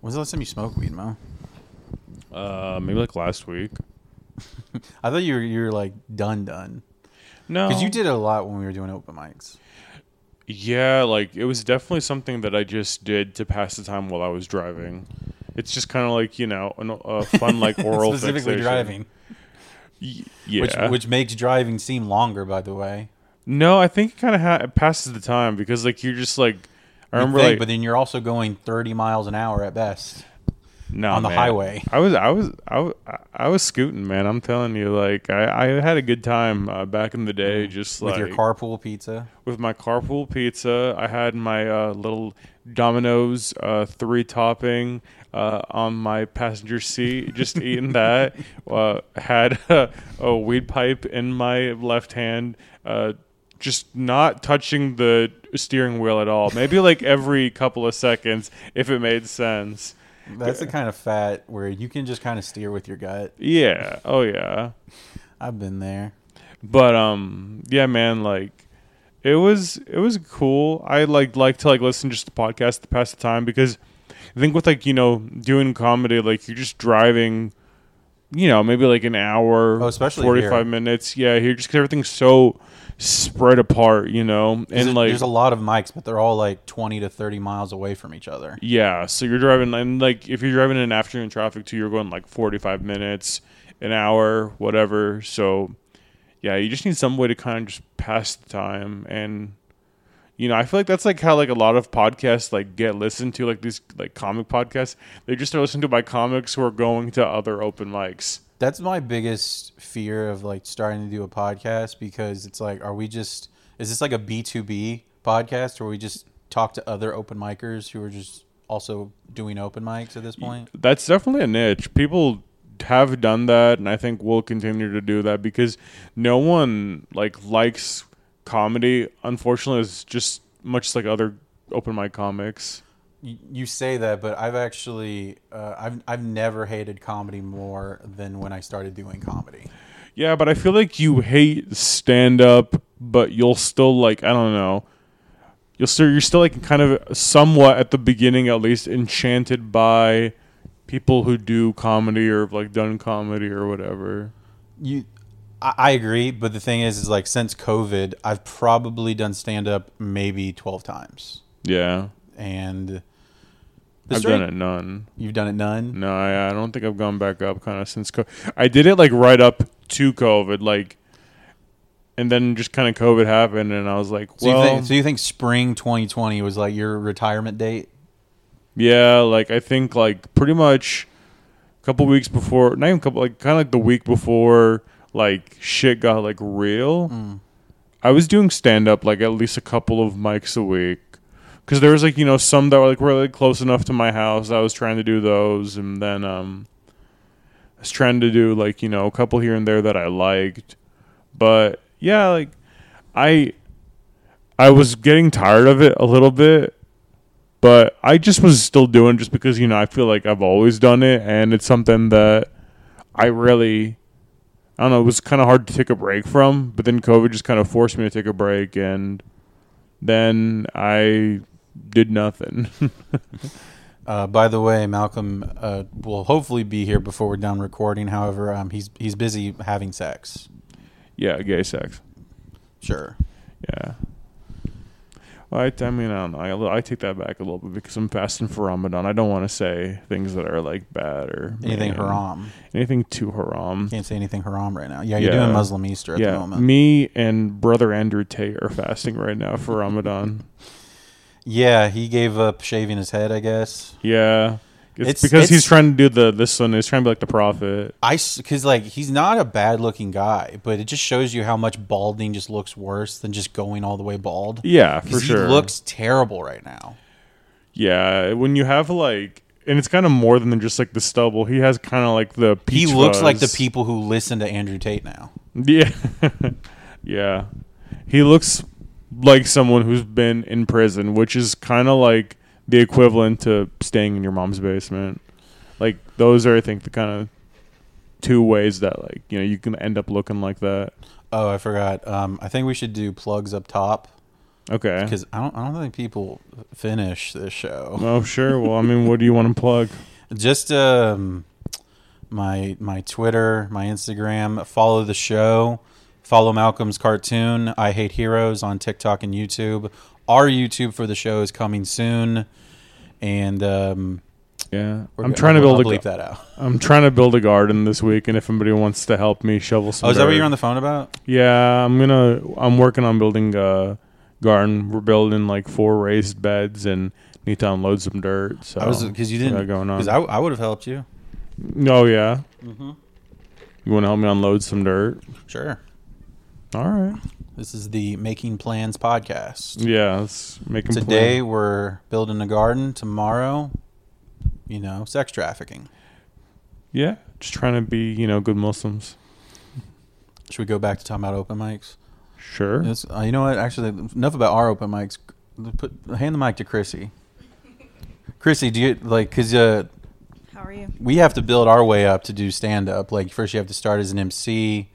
When's the last time you smoked weed, Mo? Uh, maybe like last week. I thought you were you were like done done No, because you did it a lot when we were doing open mics. Yeah, like it was definitely something that I just did to pass the time while I was driving. It's just kind of like you know an, a fun like oral specifically fixation. driving, Y- yeah. which which makes driving seem longer. By the way, no, I think it kind of ha- it passes the time because like you're just like I You remember think, like but then you're also going 30 miles an hour at best. no, on the man. highway. I was I was I, w- I- I was scooting, man. I'm telling you, like I, I had a good time uh, back in the day, just with like your carpool pizza. with my carpool pizza. I had my uh, little Domino's uh, three topping uh, on my passenger seat, just eating that. Uh, had a, a weed pipe in my left hand, uh, just not touching the steering wheel at all. Maybe like every couple of seconds, if it made sense. That's the kind of fat where you can just kind of steer with your gut. Yeah. Oh, yeah. I've been there. but um yeah man like it was it was cool i like like to like listen just to podcasts to pass the time because i think with like you know doing comedy like you're just driving you know maybe like an hour Oh, especially 45 here. minutes yeah here just 'cause everything's so spread apart you know There's, and a, like there's a lot of mics, but they're all like 20 to 30 miles away from each other. yeah so you're driving and like if you're driving in afternoon traffic too you're going like 45 minutes an hour whatever so yeah you just need some way to kind of just pass the time and you know i feel like that's like how like a lot of podcasts like get listened to like these like comic podcasts they just are listened to by comics who are going to other open mics That's my biggest fear of like starting to do a podcast because it's like, are we just, is this like a B2B podcast where we just talk to other open micers who are just also doing open mics at this point? that's definitely a niche. People have done that, and I think will continue to do that because no one like likes comedy. Unfortunately, it's just much like other open mic comics. you you say that, but I've actually uh, I've I've never hated comedy more than when I started doing comedy. Yeah, but I feel like you hate stand up, but you'll still like I don't know. You'll still you're still like kind of somewhat at the beginning at least enchanted by people who do comedy or have, like done comedy or whatever. You, I, I agree, but the thing is, is like since COVID, I've probably done stand up maybe twelve times, Yeah. and the I've straight- done it none. You've done it none. No, I, I don't think I've gone back up kind of since COVID. I did it like right up to COVID, like, and then just kind of COVID happened, and I was like, So, well, you think, so you think spring 2020 was like your retirement date? yeah, like I think like pretty much a couple weeks before, not even a couple, like kind of like the week before, like shit got like real. I was doing stand up like at least a couple of mics a week. Cause there was like you know some that were like really close enough to my house. I was trying to do those, and then um, I was trying to do like you know a couple here and there that I liked, but yeah, like I I was getting tired of it a little bit, but I just was still doing it just because you know I feel like I've always done it, and it's something that I really I don't know. It was kind of hard to take a break from, but then COVID just kind of forced me to take a break, and then I did nothing. Uh, by the way, Malcolm uh, will hopefully be here before we're done recording. However, um, he's he's busy having sex. yeah, gay sex. Sure. Yeah. Well, I, I mean, I don't know. I, I take that back a little bit because I'm fasting for Ramadan. I don't want to say things that are like bad or Anything mean. haram. Anything too haram. Can't say anything haram right now. Yeah, you're Yeah. doing Muslim Easter at the Yeah, moment. me and brother Andrew Tate are fasting right now for Ramadan. yeah, he gave up shaving his head, I guess. Yeah, it's, It's- because he's it's- trying to do the this one. He's trying to be like the prophet. I because like he's not a bad looking guy, but it just shows you how much balding just looks worse than just going all the way bald. Yeah, 'Cause for sure. He looks terrible right now. Yeah, when you have like, and it's kind of more than just like the stubble. He has kind of like the. He Peach looks like the fuzz. people who listen to Andrew Tate now. Yeah, yeah. He looks like someone who's been in prison, which is kind of like the equivalent to staying in your mom's basement. Like those are, I think, the kind of two ways that like you know you can end up looking like that. Oh, I forgot. Um, I think we should do plugs up top. Okay. because I don't I don't think people finish this show. Oh sure. Well, I mean, what do you want to plug? Just um, my my Twitter, my Instagram. Follow the show. Follow Malcolm's cartoon. I hate heroes on TikTok and YouTube. Our YouTube for the show is coming soon, and um, Yeah. we're I'm go- trying to I'll build a. bleep ga- that out. I'm trying to build a garden this week, and if anybody wants to help me shovel some. Oh, is that what dirt- you're on the phone about? Yeah, I'm gonna. I'm working on building a garden. We're building like four raised beds and need to unload some dirt. So I was because you Oh, what I didn't. got going on. Because I, I would have helped you. oh yeah, Mhm. you want to help me unload some dirt? Sure. All right. This is the Making Plans podcast. Yeah, let's make 'em play. Today we're building a garden. Tomorrow, you know, sex trafficking. Yeah, just trying to be you know good Muslims. Should we go back to talking about open mics? Sure. Yes, uh, you know what? Actually, enough about our open mics. Put, hand the mic to Chrissy. Chrissy, do you like? Cause uh, How are you? we have to build our way up to do stand up. Like first, you have to start as an MC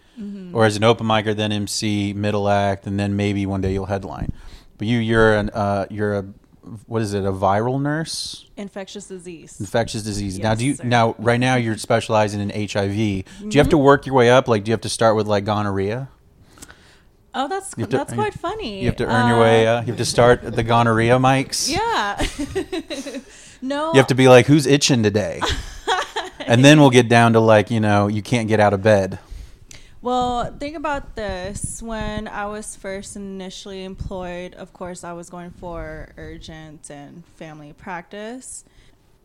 or as an open micer, then MC, middle act, and then maybe one day you'll headline. But you, you're an, uh, you're a, what is it? A viral nurse, Infectious disease. infectious disease. now, Yes, do you sir. Mm-hmm. now right now you're specializing in HIV? Do you have to work your way up? Like, do you have to start with like gonorrhea? Oh, that's You have to that's earn- quite funny. Uh, You have to earn your way. Uh, you have to start at the gonorrhea mics. Yeah. no. You have to be like, who's itching today? and then we'll get down to like, you know, you can't get out of bed. Well, think about this. When I was first initially employed, of course, I was going for urgent and family practice.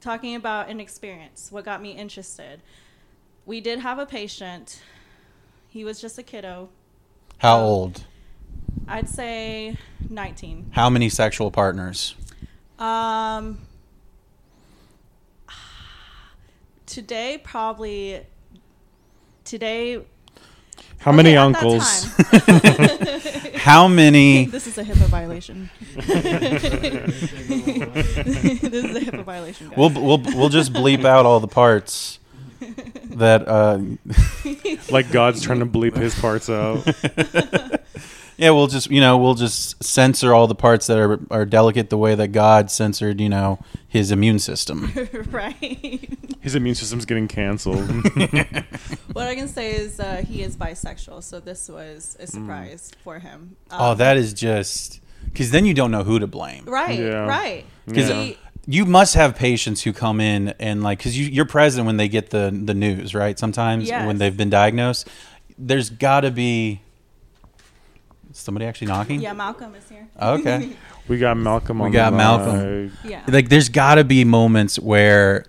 Talking about an experience, what got me interested. We did have a patient. He was just a kiddo. How Oh. old? I'd say 19. How many sexual partners? Um, today probably today. How many Okay, at that uncles? time. How many? this is a HIPAA violation. this is a HIPAA violation. guys. We'll, we'll, we'll just bleep out all the parts that, uh, like God's trying to bleep his parts out. yeah, we'll just, you know, we'll just censor all the parts that are, are delicate the way that God censored, you know, his immune system. right. His immune system's getting canceled. What I can say is uh, he is bisexual, so this was a surprise for him. Hmm. Oh, Um, that is just, because then you don't know who to blame. right, Yeah. right. 'Cause Yeah. He- you must have patients who come in and like because you, you're present when they get the the news right sometimes Yes. when they've been diagnosed there's got to be is somebody actually knocking yeah, Malcolm is here. Oh, okay we got Malcolm. We on got the Malcolm. mic. Yeah. like there's got to be moments where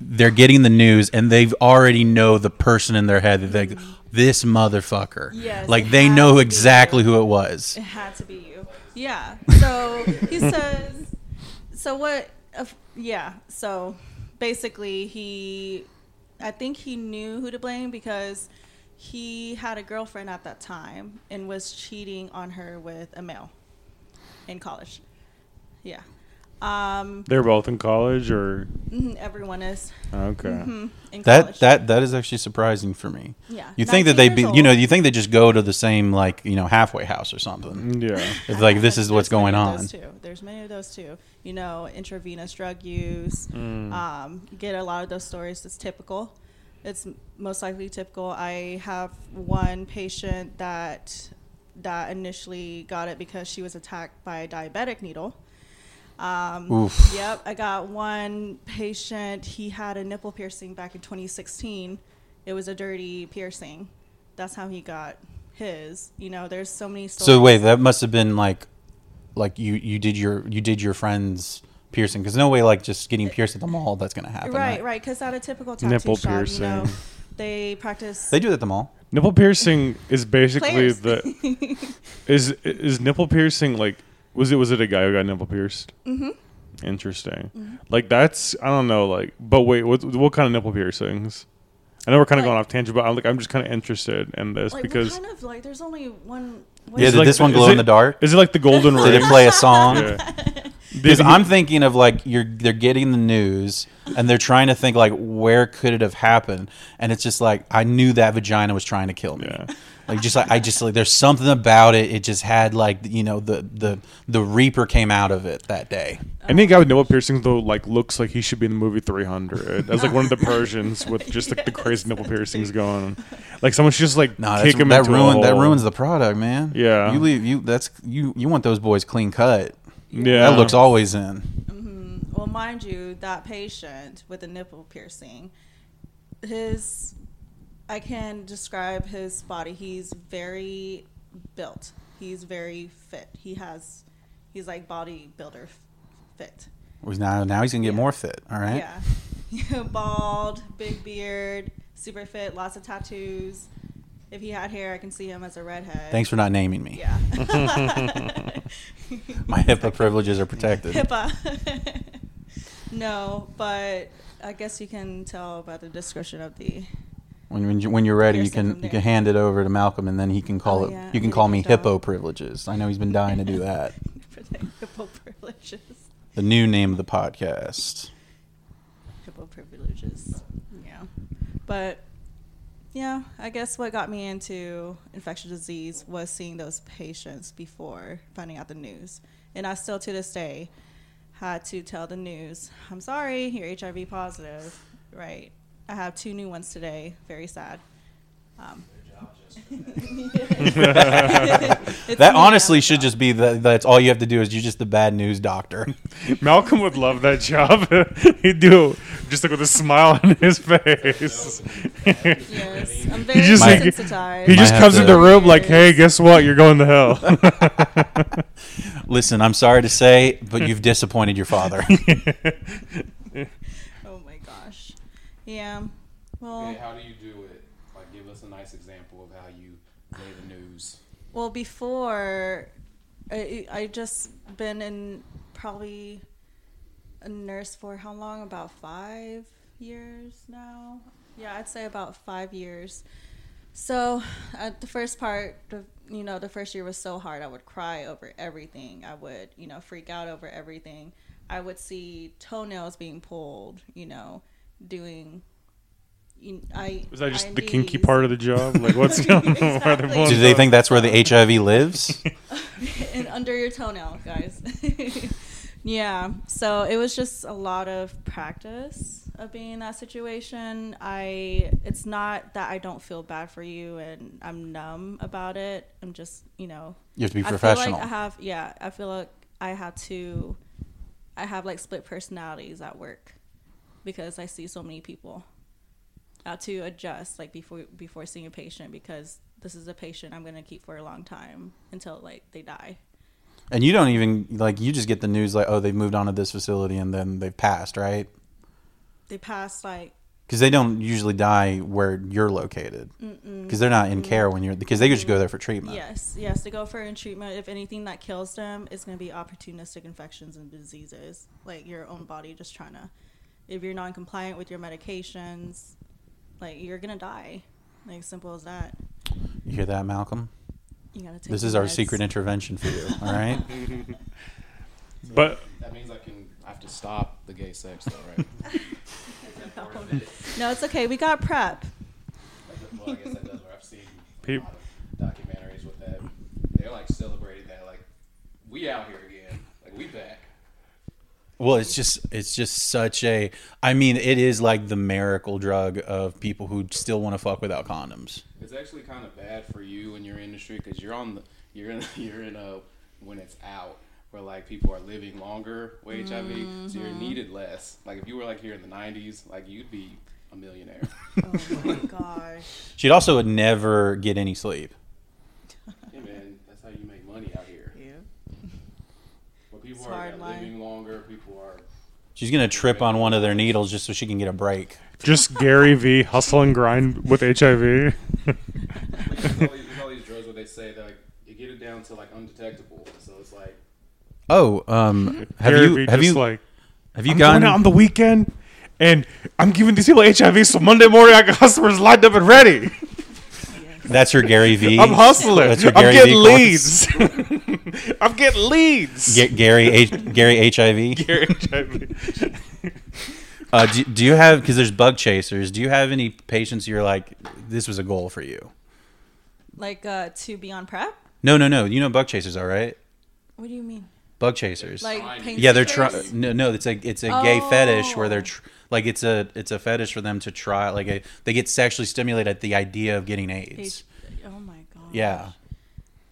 they're getting the news and they've already know the person in their head that they this motherfucker Yes, like it they has know to be. exactly who it was It had to be you. Yeah. So he says, so what? If, yeah. So basically, he, I think he knew who to blame because he had a girlfriend at that time and was cheating on her with a male in college. Yeah. Um, They're both in college, or mhm, everyone is okay. mhm, in that college. that that is actually surprising for me yeah. you think that 19 they years be old. you know you think they just go to the same like you know halfway house or something Mm. Yeah. It's like this is what's There's going many of on. those too. There's many of those too. You know, intravenous drug use. Um, get a lot of those stories. It's typical. It's m- most likely typical. I have one patient that that initially got it because she was attacked by a diabetic needle. Um, Oof. Yep, I got one patient. He had a nipple piercing back in 2016. It was a dirty piercing. That's how he got his. You know, there's so many stories. So wait, that must have been like, like you you did your you did your friend's piercing because no way like just getting pierced at the mall that's gonna happen. Right, right. Because at a typical tattoo Nipple shop, you know, piercing. they practice. They do that at the mall. Nipple piercing is basically Players. the is is nipple piercing like was it was it a guy who got nipple pierced? Mm-hmm. Interesting. Like that's I don't know like but wait what what kind of nipple piercings? I know we're kind of Like- going off tangent, but I'm like I'm just kind of interested in this like because what kind of like? There's only one. what Yeah, is Is did it like this one the- glow is in the it- dark? is it like the golden ring? Did it play a song? Yeah. Because Did he- I'm thinking of like you're they're getting the news and they're trying to think like where could it have happened and it's just like I knew that vagina was trying to kill me. Yeah. Like just like I just like there's something about it. It just had like you know the the the Reaper came out of it that day. Any guy with no piercings though, like looks like he should be in the movie 300. That's like one of the Persians with just like the crazy nipple piercings going. on. Like someone should just like No, that's, kick him that into a ruined that hole. ruins the product, man. Yeah. you leave you that's you you want those boys clean cut. Yeah, That looks always in. Well, mind you, that patient with the nipple piercing, his, I can describe his body. He's very built. He's very fit. He has, he's like bodybuilder f- fit. Well, Now now he's gonna get Yeah. more fit. All right. Yeah. Bald, big beard, super fit, lots of tattoos. If he had hair, I can see him as a redhead. Thanks for not naming me. Yeah. My HIPAA privileges are protected. HIPAA. no, but I guess you can tell by the description of the. When, when, you, when you're ready, you Piercing can from you there. can hand it over to Malcolm, and then he can call Oh, it. yeah, You can we call me can do hippo that. privileges. I know he's been dying to do that. Hippo privileges. The new name of the podcast. Hippo privileges. Yeah. But yeah, I guess what got me into infectious disease was seeing those patients before finding out the news. And I still to this day had to tell the news, I'm sorry, you're HIV positive. Right. I have two new ones today. Very sad. Um, It's That me, honestly I'm should sorry. just be the, that's all you have to do is you're just the bad news doctor. Malcolm would love that job. He'd do just like with a smile on his face. Yes, He I'm very just like- desensitized. He Might just have comes in to- the room like, "Hey, guess what? You're going to hell." Listen, I'm sorry to say, but you've disappointed your father. Oh my gosh. Yeah. Well, Okay, how do you do it? Like, give us a nice example of how you lay the news. well before I, I just been in probably a nurse for how long? About five years now. Yeah, I'd say about five years. So at the first part, the, you know, the first year was so hard. I would cry over everything. I would, you know, freak out over everything. I would see toenails being pulled. You know, doing. you- I Was that just the INDs. kinky part of the job? Like, what's going on? Why are they Exactly. pulling Do they think that's where the HIV lives? and under your toenail, guys. yeah. So it was just a lot of practice of being in that situation. I it's not that I don't feel bad for you and I'm numb about it. I'm just, you know, You have to be I feel professional. like I have yeah, I feel like I had to I have like split personalities at work because I see so many people. I had to adjust like before before seeing a patient because this is a patient I'm gonna keep for a long time until like they die. and you don't even like you just get the news like, oh, they've moved on to this facility and then they've passed, right? they passed like Because they don't usually die where you're located. Because they're not in care when you're because they just go there for treatment. yes yes to go for in treatment if anything that kills them is going to be opportunistic infections and diseases like your own body just trying to if you're non-compliant with your medications like you're going to die like simple as that You hear that, Malcolm? you got to take This your is our meds. secret intervention for you. All right. But That means I can. I have to stop the gay sex, though, right? no it's okay we got prep well, I guess that does work. I've seen a Peep. lot of documentaries with that. They're like celebrating that, like we out here again, like we back. Well, it's just it's just such a I mean, it is like the miracle drug of people who still want to fuck without condoms. It's actually kind of bad for you and your industry because you're on the you're in you're in a when it's out where like people are living longer with HIV, so you're needed less. Like if you were like here in the '90s, like you'd be a millionaire. oh my gosh She'd also would never get any sleep. yeah, man, that's how you make money out here. yeah Where people It's are hard like, life. living longer, people are She's gonna trip on one of their needles just so she can get a break. just Gary V hustle and grind with HIV. there's all, these, there's all these drugs where they say that like you get it down to like undetectable. So it's like Oh, um, have Gary you V have just you like have you I'm gone? going out on the weekend and I'm giving these people HIV so Monday morning I got customers lined up and ready. That's your Gary V. I'm hustling. That's your I'm Gary getting V course. leads. I'm getting leads. Ga- Gary H- Gary HIV. Gary HIV. Uh, do, do you have because there's bug chasers? Do you have any patients you're like this was a goal for you? like uh, to be on prep. No, no, no. You know bug chasers are right. What do you mean? Bug chasers. Like Tiny. paint yeah, they're trying. stickers? No, no, it's a it's a gay fetish where they're Oh. tr- like it's a it's a fetish for them to try like a, they get sexually stimulated at the idea of getting AIDS. They- Oh my god. Yeah.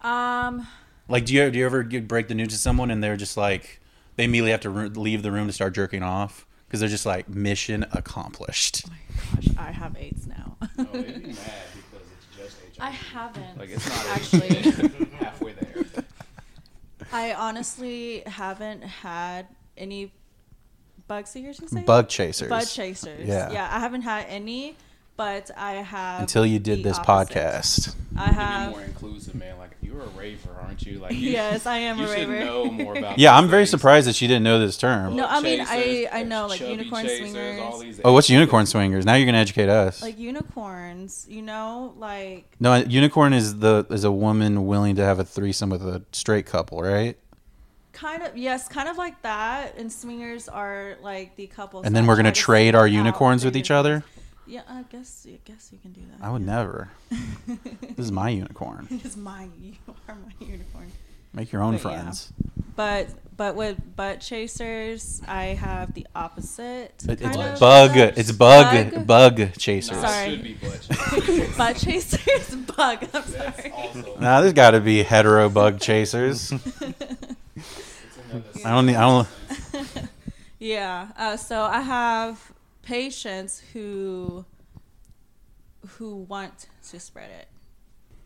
Um. Like, do you do you ever get, break the news to someone and they're just like they immediately have to ru- leave the room to start jerking off because they're just like mission accomplished. My gosh, I have AIDS now. No, they'd be mad because it's just HIV. I haven't. like it's not actually. halfway there. I honestly haven't had any bug seekers. You say? Bug chasers. Bug chasers. Yeah. Yeah. I haven't had any, but I have. Until you did the this opposite. podcast. I Be have. more inclusive, man. Like you're a raver, aren't you? Like you, Yes, I am you a should raver. know more about. Yeah, these I'm very things. surprised that she didn't know this term. No, Boat I mean, I- chasers, I know, like, chubby unicorn swingers. all these Oh, what's things. unicorn swingers? Now you're gonna educate us. like unicorns, you know, like no, unicorn is the is a woman willing to have a threesome with a straight couple, right? kind of yes, kind of like that. And swingers are like the couple. And then we're gonna trade our unicorns with each other. Yeah, I guess I guess you can do that. I would never. this is my unicorn. It's my you are my unicorn. Make your own But yeah. friends. But but with butt chasers, I have the opposite. It- kind it's of bug. stuff. It's bug. Bug chasers. Nah, Sorry. it should be butch. butt chasers, bug. I'm That's sorry. also Nah, there's got to be hetero bug chasers. it's another I don't. need- I don't. Yeah. Uh, so I have patients who who want to spread it.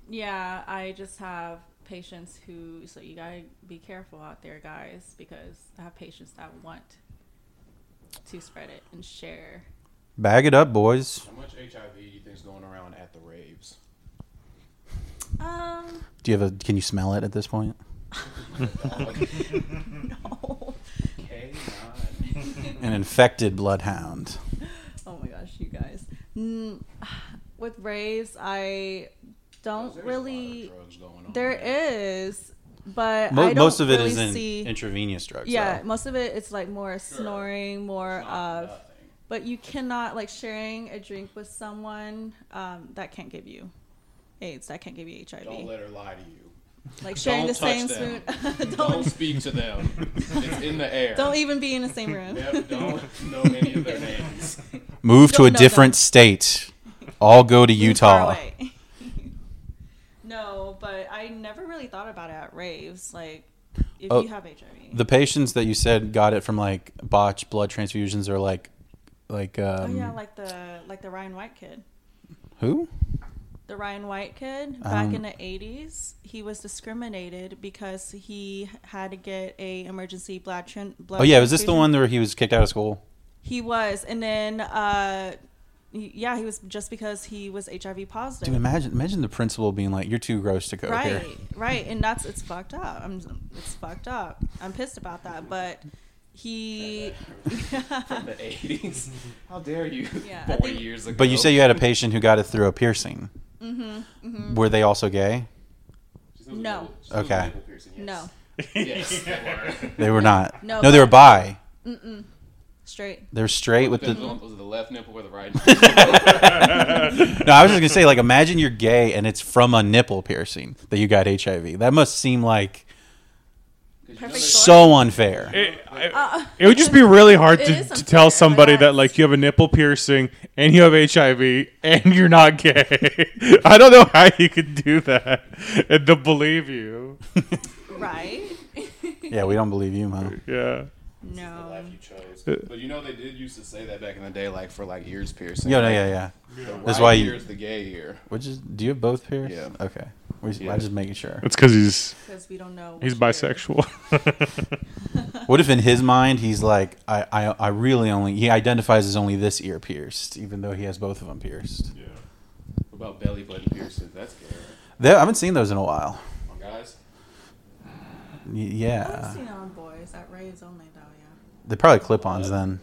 Yeah, I just have patients who. So you gotta be careful out there, guys, because I have patients that want to spread it and share. Bag it up, boys. How much HIV do you think's going around at the raves? Um. Do you have a? Can you smell it at this point? No. K nine. An infected bloodhound. Oh my gosh, you guys. Mm, with raves, I don't Oh, really. Drugs going on. There is, but Mo- I don't most of it really is in see. intravenous drugs. yeah, though. most of it it's like more snoring, more It's not of. nothing. But you cannot like sharing a drink with someone um, that can't give you AIDS, that can't give you HIV. Don't let her lie to you. like sharing don't the same touch spoon. them. Don't don't speak to them. It's in the air. don't even be in the same room. Yep, don't know any of their names. Move to Don't a know different that. state. All go to Move far Utah. away. no, but I never really thought about it at raves. Like, if Oh, you have HIV, The patients that you said got it from like botched blood transfusions or like, like oh um, yeah, like the like the Ryan White kid, who? the Ryan White kid back Um, in the '80s, he was discriminated because he had to get a emergency blood tran- blood. Oh yeah, was this the transfusion. one where he was kicked out of school? He was, and then uh, y- yeah, he was just because he was HIV positive. Dude, imagine imagine the principal being like, "You're too gross to go here." right right and that's it's fucked up i'm it's fucked up i'm pissed about that but he From the 80s. How dare you? Yeah, I 40 think- years ago. But you say you had a patient who got it through a piercing. Mm-hmm, Were they also gay? She's losing No. nipple- she's losing Okay. nipple piercing, yes. no Yes, they were. They were not. no, no they were bi. straight They were straight with the Depends on- was it the left nipple or the right nipple? No, I was just gonna say, like, imagine you're gay and it's from a nipple piercing that you got HIV. That must seem like 'Cause you know Perfect. they- so unfair. It, it would just be really hard Uh, It to, is to tell unfair, somebody but that like you have a nipple piercing and you have HIV and you're not gay. I don't know how you could do that and they'll believe you. right Yeah, we don't believe you, Mo. Yeah. the no life you chose. Uh, But you know they did used to say that back in the day, like for like ears piercing. Yeah, no, like, yeah, yeah. The That's right why you- ear is the gay ear. Which is, do you have both pierced? Yeah. Okay. We just, Yeah. I'm just making sure. That's because he's because we don't know he's what you're- bisexual. What if in his mind he's like, I, I, I really only he identifies as only this ear pierced, even though he has both of them pierced. yeah. What about belly button piercing? That's gay. Right? They, I haven't seen those in a while. Come on, guys. Y- i've Yeah, seen it on boys at raves only though yeah they're probably clip-ons then.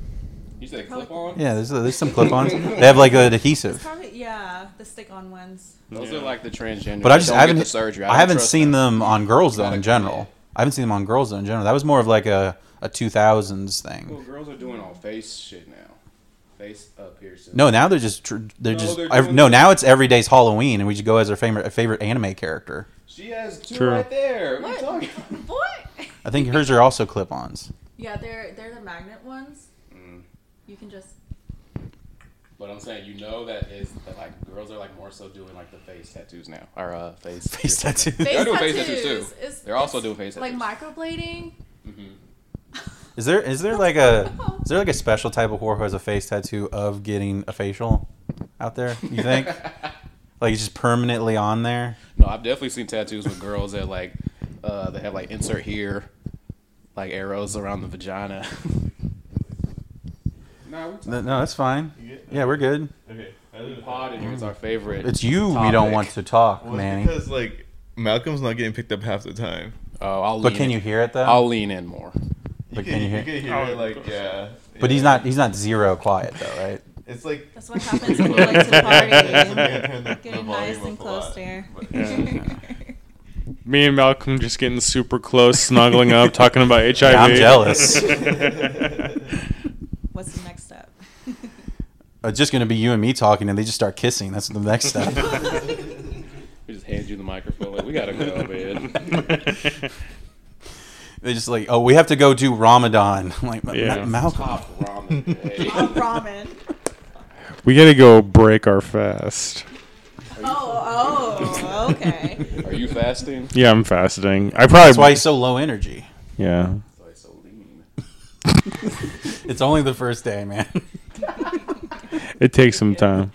You say Probably- clip on? Yeah, there's there's some clip-ons. They have like an it's adhesive, probably yeah the stick on ones Those are like the transgender. but I just Don't I get haven't the surgery. I, don't haven't trust seen that. them on girls though Gotta in general. commit. I haven't seen them on girls though in general. That was more of like a a 2000s Well, thing. girls are doing all face shit now. face up here soon. No, now they're just tr- they're No, just they're ev- doing no. the- Now it's every day's Halloween, and we just go as our favorite favorite anime character. She has two True. right there. What, What? are you talking about? Boy. I think hers are also clip-ons. Yeah, they're they're the magnet ones. Mm. You can just But I'm saying, you know that is that like girls are like more so doing like the face tattoos now. Or uh, face Face tattoos. They're doing face tattoos, too. It's- They're also it's doing face Like tattoos. microblading. Mhm. Is there is there like a is there like a special type of whore who has a face tattoo of getting a facial out there? You think like it's just permanently on there? No, I've definitely seen tattoos with girls that like uh, they have like insert here, like arrows around the vagina. nah, we No, no, that's fine. You get- Yeah, we're good. Okay. other than- pod and here's our favorite. It's you we don't Topic. want to talk, Well, it's Manny. because like Malcolm's not getting picked up half the time. oh, I'll But lean can in. you hear it though? I'll lean in more. You But can, can you hear- You can hear Oh, it, like yeah. but he's yeah. not he's not zero quiet though, right? It's like That's what happens when you like to party. Getting Getting nice and close there. Me and Malcolm just getting super close, snuggling up, talking about HIV. I'm jealous. What's the next step? It's just gonna be you and me talking, and they just start kissing. That's the next step. We just hand you the microphone. Like, we gotta go, man. they just like, oh, we have to go do Ramadan. I'm like, "Ma- Yeah. Malcolm, Top ramen. Hey. oh, ramen. we gotta go break our fast. Oh, oh, okay. Are you fasting? Yeah, I'm fasting. I probably that's why he's so low energy. yeah. So it's so lean. It's only the first day, man. It takes some time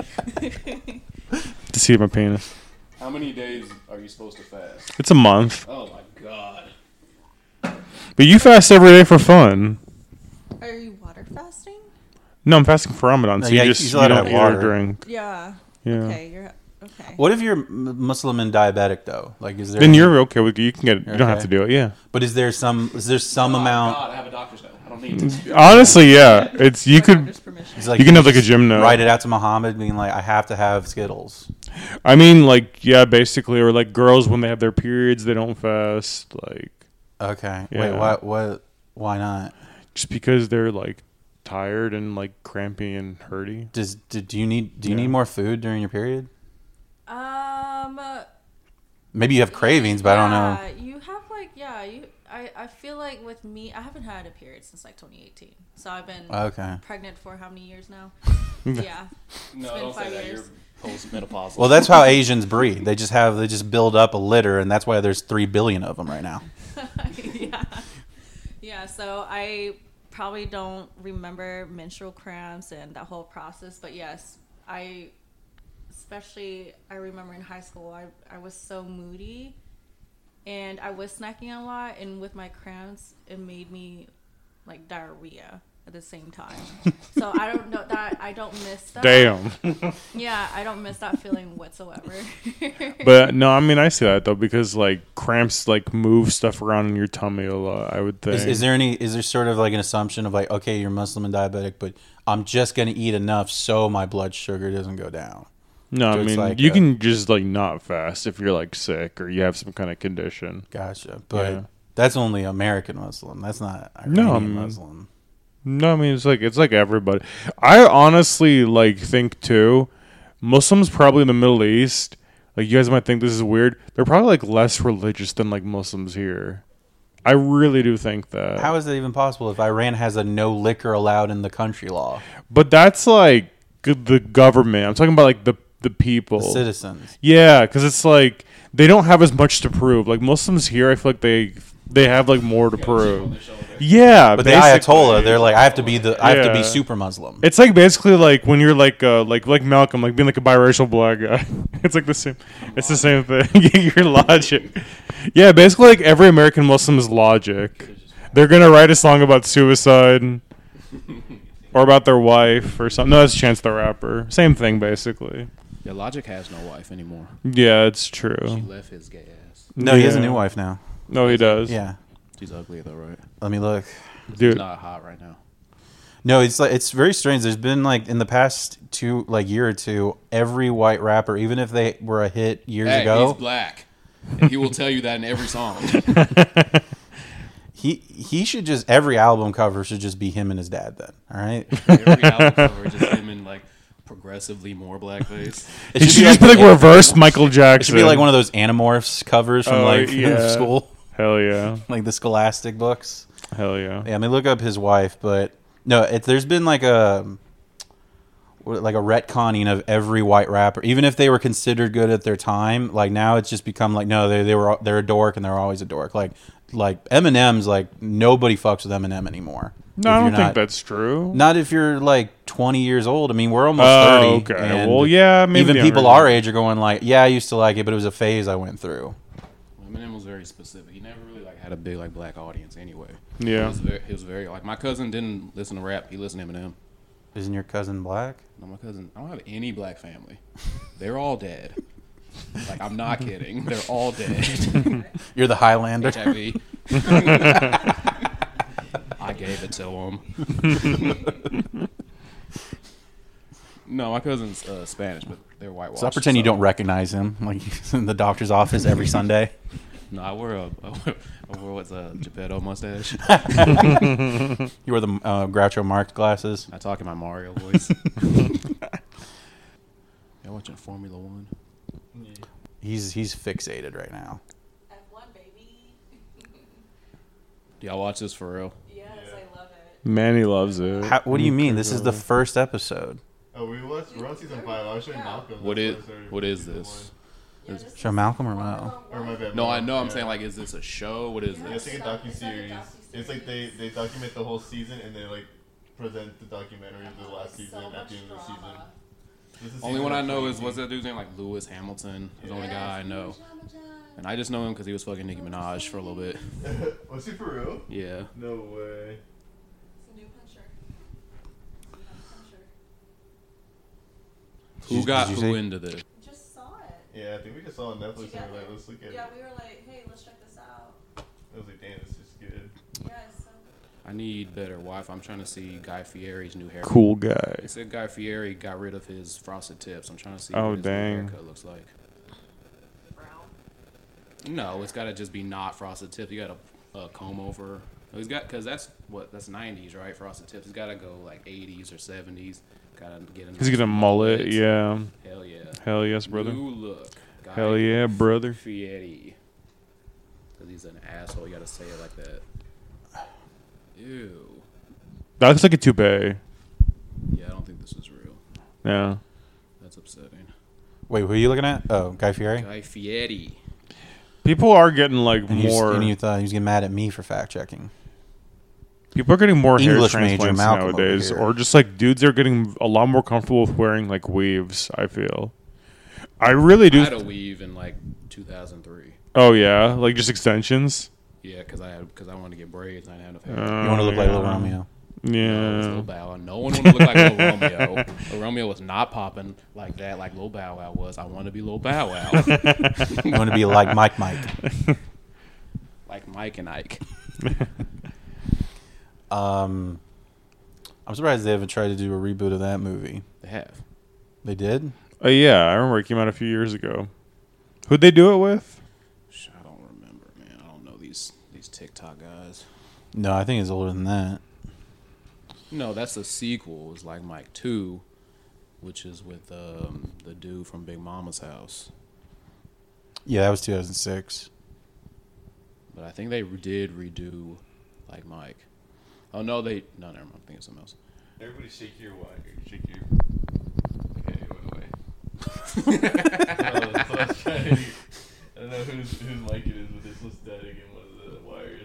to see my penis. How many days are you supposed to fast? It's a month, Oh my god. but you fast every day for fun. Are you water fasting? No, I'm fasting for Ramadan, so yeah, you you- just you you, let it don't have eat water. or drink. Yeah. Yeah. Okay, you're okay. What if you're M- Muslim and diabetic though? Like, is there? Then you're okay with you can get it. You don't have Okay. to do it. Yeah. But is there some? Is there some Oh my amount? God, I have a doctor's note. I don't need to. Honestly, yeah. It's you could Doctor's permission. It's like you can have like a gym note. write it out to Muhammad, being like, I have to have Skittles. I mean, like yeah, basically, or like girls when they have their periods, they don't fast. Like Okay. Wait. Yeah. What? What? Why not? just because they're like tired and like crampy and hurty. Does do, do you need do you Yeah. need more food during your period? Um Maybe you have cravings, but I yeah, You have like yeah, you I, I feel like with me I haven't had a period since like twenty eighteen. So I've been don't know. Okay. pregnant for how many years now? yeah. No, been don't say five that. You're years. post-menopausal. Well, that's how Asians breed. They just have they just build up a litter, and that's why there's three billion of them right now. yeah. Yeah, so I probably don't remember menstrual cramps and that whole process, but yes, I especially I remember in high school I, I was so moody and I was snacking a lot and with my cramps it made me like diarrhea at the same time. so I don't know that I don't miss that. Damn. Yeah, I don't miss that feeling whatsoever. But no, I mean I see that though because like cramps like move stuff around in your tummy a lot. I would think. Is, is there any? Is there sort of like an assumption of like, okay, you're Muslim and diabetic, but I'm just gonna eat enough so my blood sugar doesn't go down. no, I it's mean like you a- can just like not fast if you're like sick or you have some kind of condition. Gotcha. But Yeah. that's only American Muslim. That's not Iranian No, I mean- Muslim. No, I mean it's like it's like everybody. I honestly like think too. Muslims probably in the Middle East, like you guys might think this is weird. They're probably like less religious than like Muslims here. I really do think that. How is that even possible if Iran has a no liquor allowed in the country law? but that's like g- the government. I'm talking about like the the people. The citizens. Yeah, because it's like they don't have as much to prove. Like Muslims here, I feel like they they have like more to prove. Yeah, But the basically. Ayatollah, they're like, I have to be the, I have to be Yeah. super Muslim. It's like basically like when you're like uh like like Malcolm like being like a biracial black guy. It's like the same. It's the same thing. your logic. Yeah, basically like every American Muslim is logic. They're gonna write a song about suicide, or about their wife or something. No, that's Chance the Rapper. Same thing basically. Yeah, Logic has no wife anymore. Yeah, it's She true. left his gay ass. no, he has a Yeah. new wife now. No, he does. Yeah. She's ugly though, right? Let me look. She's dude. not hot right now. No, it's like it's very strange. There's been like in the past two like year or two, every white rapper, even if they were a hit years Hey, ago, he's black. And he will tell you that in every song. he he should just every album cover should just be him and his dad. Then all right, every album cover, just him progressively more blackface. It You should should be just like, be like reverse Michael it Jackson. should be like one of those Animorphs covers from Oh, like yeah. school, Hell yeah. like the Scholastic books. Hell yeah. Yeah, I mean, look up his wife, but no, it, there's been like a what- like a retconning of every white rapper, even if they were considered good at their time. Like now, it's just become like no, they they were they're a dork and they're always a dork. Like like Eminem's like nobody fucks with Eminem anymore. No, If I you're don't think not- that's true. Not if you're like 20 years old. I mean, we're almost Oh, 30. okay. and Well, yeah, maybe even the people younger- our age are going like, yeah, I used to like it, but it was a phase I went through. Eminem was very specific. He never really like had a big like black audience anyway. He Yeah. was very, he was very like my cousin didn't listen to rap. He listened to Eminem. Isn't your cousin black? No, my cousin. I don't have any black family. They're all dead. Like I'm not kidding. They're all dead. You're the Highlander. HIV. I gave it to him. no, my cousin's uh, Spanish, but they're whitewashed. So I pretend you so- don't recognize him, like he's in the doctor's office every Sunday. No, I wore a, I wore, I wore what's a Geppetto mustache. You wear the uh, Groucho Marx glasses. I talk in my Mario voice. Y'all watching Formula One? He's he's fixated right now. F1, baby. Do y'all watch this for real? Yes, I love it. Manny loves it. How, what do you mean? This is the first episode. Oh, we watched. We're on season five. I was showing Malcolm. What that's is- why I started what is season this? Yeah, this Show Malcolm or Mo? one. Or my bad. No, I know. I'm Yeah. saying like, is this a show? What is Yeah, it's this? like a docu series. It's like they they document the whole season and they like present the documentary of the last season at the end of the season. This is Only season one I know is 20. what's that dude's name? Like Lewis Hamilton. He's the only guy I know, Shama-chan. and I just know him because he was fucking Nicki Minaj for a little bit. was he for real? Yeah. No way. It's a new puncher. Puncher. Who Did- got did you who see? into this? Just saw it. Yeah, I think we just saw it on Netflix and we're Together. like, let's look at Yeah, it. we were like, hey, let's check this out. I was like, damn, this is good. Yeah, it's so I need better Wi-Fi. I'm trying to see Guy Fieri's new haircut. Cool guy. They said Guy Fieri got rid of his frosted tips. I'm trying to see Oh, what his new dang. haircut looks like. brown. No, it's got to just be not frosted tips. You got a, a comb over. No, He's got because that's what that's 90s, right? Frosted tips. He's got to go like 80s or 70s. Got to get. a He's nice gonna mullet. mullet. Yeah. Hell yeah. Hell yes, brother. New look. Guy Hell yeah, brother. Fieri. Because he's an asshole. You got to say it like that. Ew. That looks like a toupee. Yeah, I don't think this is real. Yeah. That's upsetting. Wait, who are you looking at? Oh, Guy Fieri. Guy Fieri. People are getting like And you, just- more. and you thought he was getting mad at me for fact checking. people are getting more English hair major transplants Malcolm over nowadays, here. or just like dudes are getting a lot more comfortable with wearing like weaves. I feel. I really I do. had a weave in like 2003. oh yeah, like just extensions. Yeah, because I had because I wanted to get braids and I didn't have enough hair. Uh, You want to look like yeah. Little Romeo? It was Yeah. Lil Bow Wow. No one wanted to look like Lil Romeo. Lil Romeo was not popping like that, like Lil Bow Wow was. I want to be Lil Bow Wow, You want to be like Mike Mike? like Mike and Ike. Um, I'm surprised they haven't tried to do a reboot of that movie. They have. They did. Uh, yeah, I remember it came out a few years ago. Who'd they do it with? Sh- I don't remember, man. I don't know these these TikTok guys. No, I think it's older than that. No, that's the sequel. It's like Mike Two, which is with um, the dude from Big Mama's house. Yeah, that was 2006. But I think they re- did redo like Mike. Oh no, they no, never mind. I'm thinking of something else. Everybody shake your wire. Shake your. Okay, went away. oh, so I, was trying to, I don't know whose whose mic it is, but this was static in one of the wires.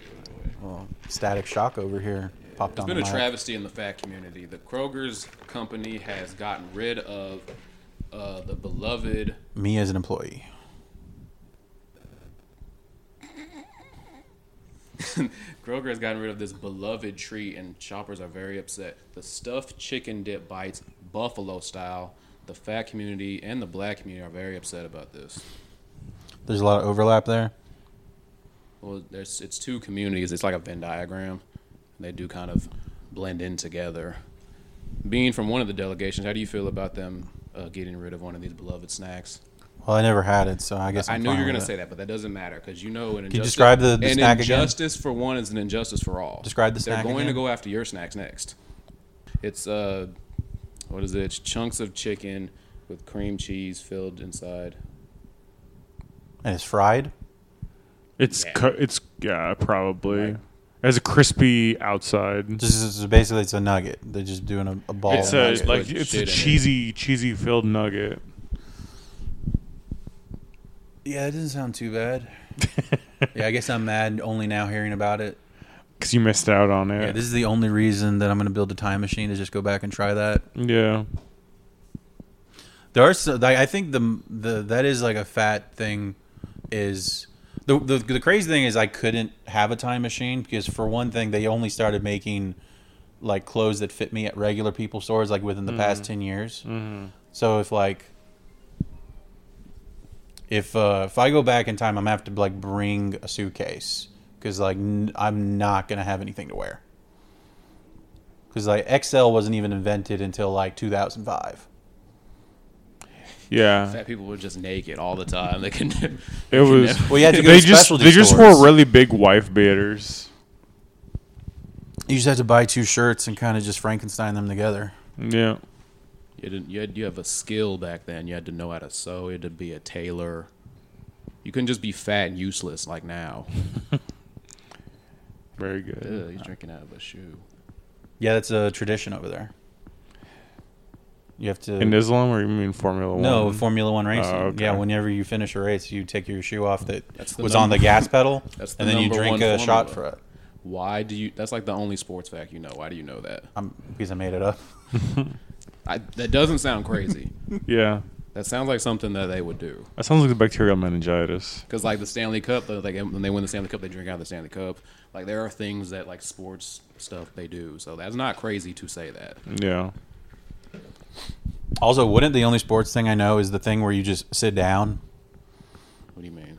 It went away. Well, Static Shock over here popped It's on. been the a mic. travesty in the fat community. The Kroger's company has gotten rid of uh, the beloved. Me as an employee. Kroger has gotten rid of this beloved treat, and shoppers are very upset. The stuffed chicken dip bites, buffalo style. The fat community and the black community are very upset about this. There's a lot of overlap there. Well, there's it's two communities. It's like a Venn diagram. They do kind of blend in together. Being from one of the delegations, how do you feel about them uh, getting rid of one of these beloved snacks? Well, I never had it, so I guess I I'm knew you were going gonna to say that, but that doesn't matter because you know an injustice. you describe the- the an snack again? injustice for one is an injustice for all. Describe the snack They're going again? to go after your snacks next. It's uh, what is it? It's chunks of chicken with cream cheese filled inside. And it's fried. It's Yeah. cu- it's yeah, probably. It has a crispy outside. Just it's basically it's a nugget. They're just doing a, a ball. it's of a nugget. like Put it's shit a in it. cheesy cheesy filled nugget. yeah, it doesn't sound too bad. yeah, I guess I'm mad only now hearing about it. Cause you missed out on Yeah, it. this is the only reason that I'm going to build a time machine is just go back and try that. Yeah. There are so I I think the the that is like a fat thing is the, the the crazy thing is I couldn't have a time machine because for one thing they only started making like clothes that fit me at regular people stores like within the past 10 years. So if like if uh, if I go back in time I'm going to have to like bring a suitcase cuz like n- I'm not going to have anything to wear. Cuz like XL wasn't even invented until like 2005. Yeah. Fat people were just naked all the time. They can. It was. Well, you had to go they to just specialty they just stores. wore really big wife beaters. You just have to buy two shirts and kind of just Frankenstein them together. Yeah. You didn't. You had. You have a skill back then. You had to know how to sew. You had to be a tailor. You couldn't just be fat and useless like now. Very good. Ugh, he's drinking out of a shoe. Yeah, that's a tradition over there. You have to In Islam, or you mean Formula One? no Formula One racing. Oh, okay. Yeah, whenever you finish a race, you take your shoe off that That's the was on number- the gas pedal, That's the and then you number drink one a shot for formula. it. Why do you? That's like the only sports fact you know. Why do you know that? I'm, because I made it up. I, that doesn't sound crazy. Yeah. that sounds like something that they would do. That sounds like the bacterial meningitis. Because like the Stanley Cup, though, like when they win the Stanley Cup, they drink out of the Stanley Cup. Like there are things that like sports stuff they do. So that's not crazy to say that. Yeah. Also, wouldn't the only sports thing I know is the thing where you just sit down What do you mean?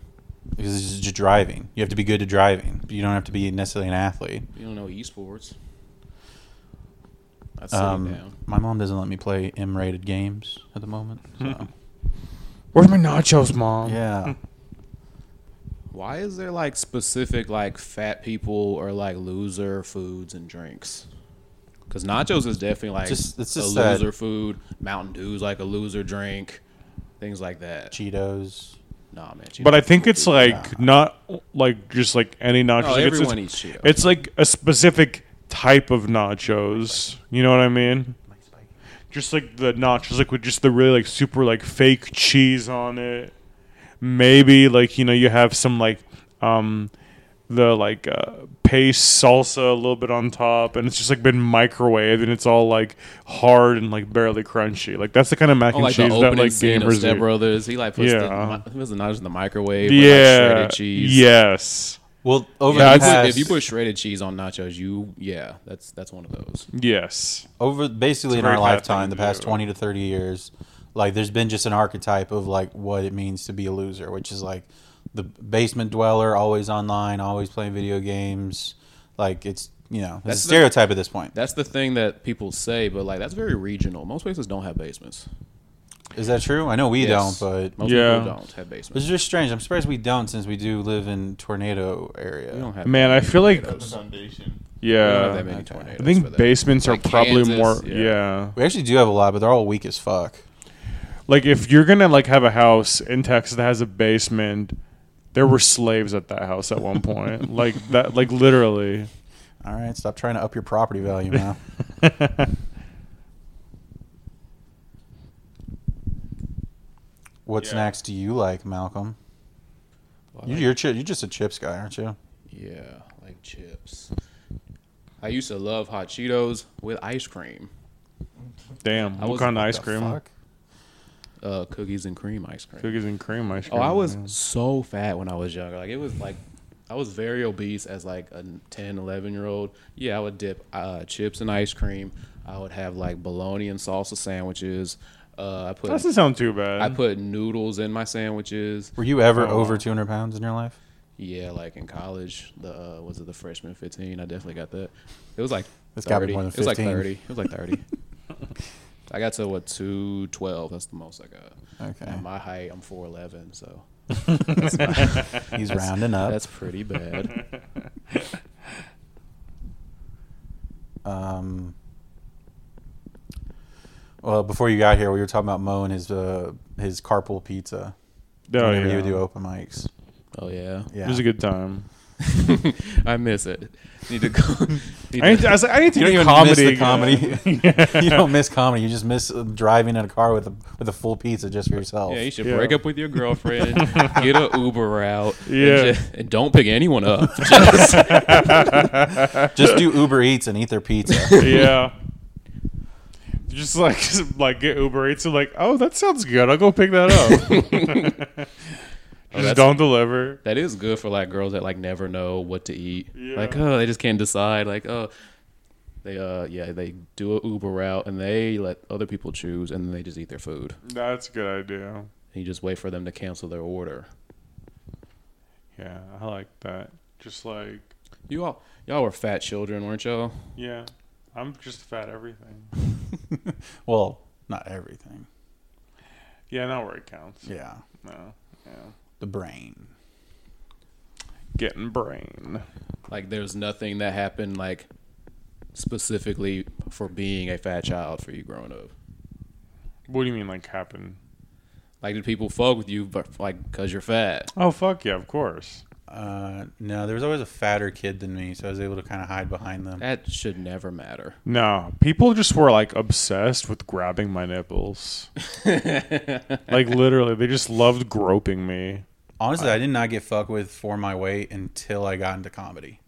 because it's just driving. You have to be good at driving. but You don't have to be necessarily an athlete. You don't know esports. That's sitting Um, down. my mom doesn't let me play M-rated games at the moment. So. Where's my nachos, mom? yeah. Why is there like specific like fat people or like loser foods and drinks? Because nachos is definitely like Just- it's a just that- loser food. Mountain Dew's like a loser drink. Things like that. Cheetos. Nah, man. But I think it's like not like just like any nachos. No, Like, it's, everyone it's, eats Cheetos. it's like a specific type of nachos. You know what I mean? Just like the nachos, like with just the really like super like fake cheese on it. Maybe like you know you have some like um the like uh, paste salsa a little bit on top, and it's just like been microwaved, and it's all like hard and like barely crunchy. Like that's the kind of mac Oh, and like the cheese that opening like scene of gamers Step eat. Brothers. He like puts Yeah. the, he puts the nachos in the microwave. with, Yeah. like shredded cheese. Yes. Well, over Yeah, the I'd say past, If you put shredded cheese on nachos, you yeah, that's that's one of those. Yes. over basically in very our bad lifetime, thing the to past do. twenty to thirty years, like there's been just an archetype of like what it means to be a loser, which is like the basement dweller, always online, always playing video games. Like it's you know it's That's a the- stereotype at this point. That's the thing that people say, but like that's very regional. Most places don't have basements. Is that true? I know we don't, Yes. but most Yeah. people don't have basements. it's just strange. I'm surprised we don't since we do live in tornado area. We don't have Man, I feel like That's the foundation. we don't have that yeah. many okay. tornadoes. I for think that. basements Like are probably Kansas, more yeah. yeah. We actually do have a lot, but they're all weak as fuck. Like if you're gonna like have a house in Texas that has a basement, there were slaves at that house at one point. like that like literally. All right, stop trying to up your property value now. what Yeah. snacks do you like, Malcolm? Well, I You, like- you're chi- you're just a chips guy, aren't you? yeah, like chips. I used to love hot Cheetos with ice cream, Damn. I What was- kind of what ice cream? uh, cookies and cream ice cream. Cookies and cream ice Oh, cream. I was man. so fat when I was younger. Like it was like I was very obese as like a 10, 11 year old. Yeah, I would dip uh, chips and ice cream. I would have like bologna and salsa sandwiches. Uh, I That put doesn't sound too bad. I put noodles in my sandwiches. Were you ever Oh, over wow. 200 pounds in your life? Yeah, like in college, the uh, was it the freshman 15? I definitely got that. It was like It's gotta 30. be more than It was like 15. 30. It was like 30. I got to what 212. That's the most I got. Okay, And my height, I'm 4'11, so he's rounding up. that's pretty bad. Oh, Um, Well, before you got here, we were talking about Mo and his uh, his carpool pizza. Oh, Whenever yeah. You would do open mics. Oh yeah. Yeah. It was a good time. I miss it. Need to go. need I need to, to- I was like, I need to You don't do even comedy. miss the again. comedy. you don't miss comedy. You just miss uh, driving in a car with a with a full pizza just for yourself. yeah, you should Yeah. break up with your girlfriend, get an Uber out, Yeah. and, just, and don't pick anyone up. just do Uber Eats and eat their pizza. yeah. Just like just, like get Uber Eats and like, oh, that sounds good. I'll go pick that up. just that's- don't deliver. that is good for like girls that like never know what to eat. Yeah. Like oh, they just can't decide. Like oh, they uh yeah they do a Uber route and they let other people choose and then they just eat their food. That's a good idea. And you just wait for them to cancel their order. Yeah, I like that. Just like You all y'all were fat children, weren't y'all? yeah, I'm just fat everything. well, not everything. Yeah, not where it counts. Yeah, No, yeah, the brain. getting brain. Like there's nothing that happened like specifically for being a fat child for you growing up. What do you mean like happen? Like did people fuck with you but like cuz you're fat? Oh fuck yeah, of course. Uh, no, there was always a fatter kid than me, so I was able to kind of hide behind them. That should never matter. No, people just were like obsessed with grabbing my nipples. like literally, they just loved groping me. Honestly, I did not get fucked with for my weight until I got into comedy.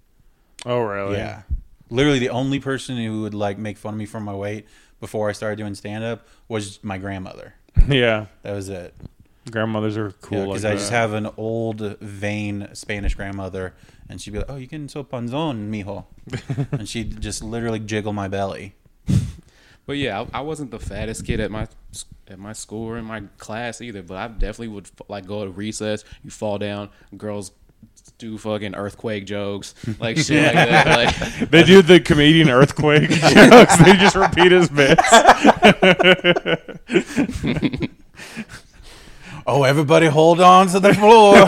Oh really? Yeah. Literally the only person who would like make fun of me for my weight before I started doing stand up was my grandmother. Yeah. That was it. Grandmothers are cool. Because like I just that. have an old vain Spanish grandmother and she'd be like, "Oh, you can so panzon, mijo." and she'd just literally jiggle my belly. But yeah, I, I wasn't the fattest kid at my s- at my school or in my class either. But I definitely would f- like go to recess. You fall down, girls do fucking earthquake jokes, like shit like that. Like They do the comedian earthquake jokes. They just repeat his bits. Oh, everybody hold on to the floor.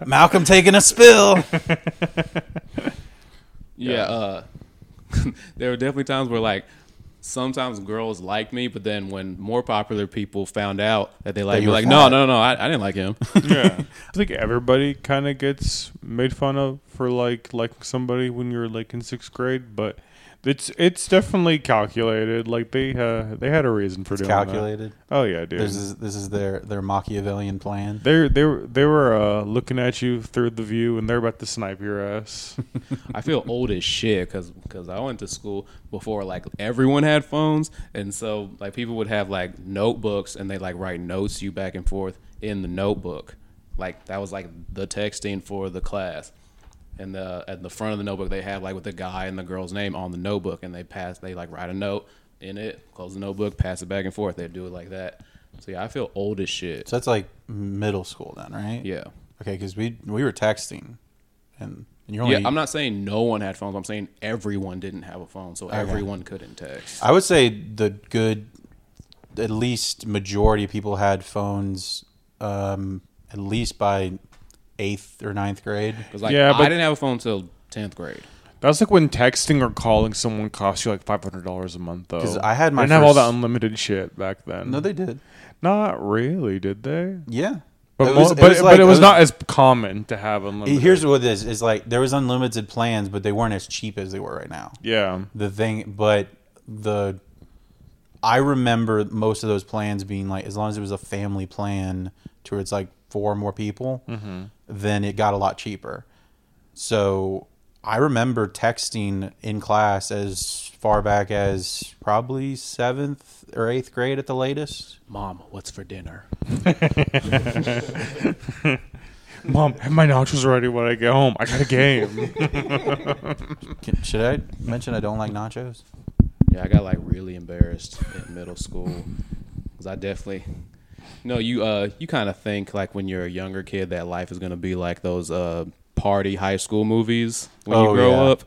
Malcolm taking a spill. yeah, uh, there were definitely times where like sometimes girls liked me, but then when more popular people found out that they liked you me, were like no, fat. no, no, no, I, I didn't like him. Yeah. I think everybody kind of gets made fun of for like liking somebody when you're like in sixth grade, but it's it's definitely calculated. Like they uh, they had a reason for doing that. Calculated. Oh yeah, dude. This is this is their their Machiavellian plan. They they were- they were uh, looking at you through the view, and they're about to snipe your ass. I feel old as shit because I went to school before like everyone had phones, and so like people would have like notebooks and they like write notes to you back and forth in the notebook, like that was like the texting for the class, and the at the front of the notebook they have like with the guy and the girl's name on the notebook, and they pass they like write a note in it, close the notebook, pass it back and forth. They do it like that. So yeah, I feel old as shit. So that's like middle school then, right? Yeah. Okay, because we we were texting, and, and you're only. Yeah, I'm not saying no one had phones. I'm saying everyone didn't have a phone, so everyone couldn't text. I would say the good, at least majority of people had phones, um, at least by eighth or ninth grade. Because like Yeah, but- I didn't have a phone till tenth grade. That's like when texting or calling someone costs you like five hundred dollars a month, though. 'Cause I had my They didn't have all first- that unlimited shit back then. No, they did. not really, did they? Yeah, But It mo- was- but, like- but it was not as common to have unlimited. Here's what it is: is like there was unlimited plans, but they weren't as cheap as they were right now. yeah, the thing but the i remember most of those plans being like as long as it was a family plan to where it's like four or more people Mm-hmm. then it got a lot cheaper so i remember texting in class as far back as probably seventh or eighth grade at the latest Mom, what's for dinner? mom, have my nachos ready when I get home. I got a game. Can, should i mention i don't like nachos Yeah, I got like really embarrassed in middle school because I definitely. No, you uh, you kind of think like when you're a younger kid that life is gonna be like those uh party high school movies when Oh, you grow yeah. up.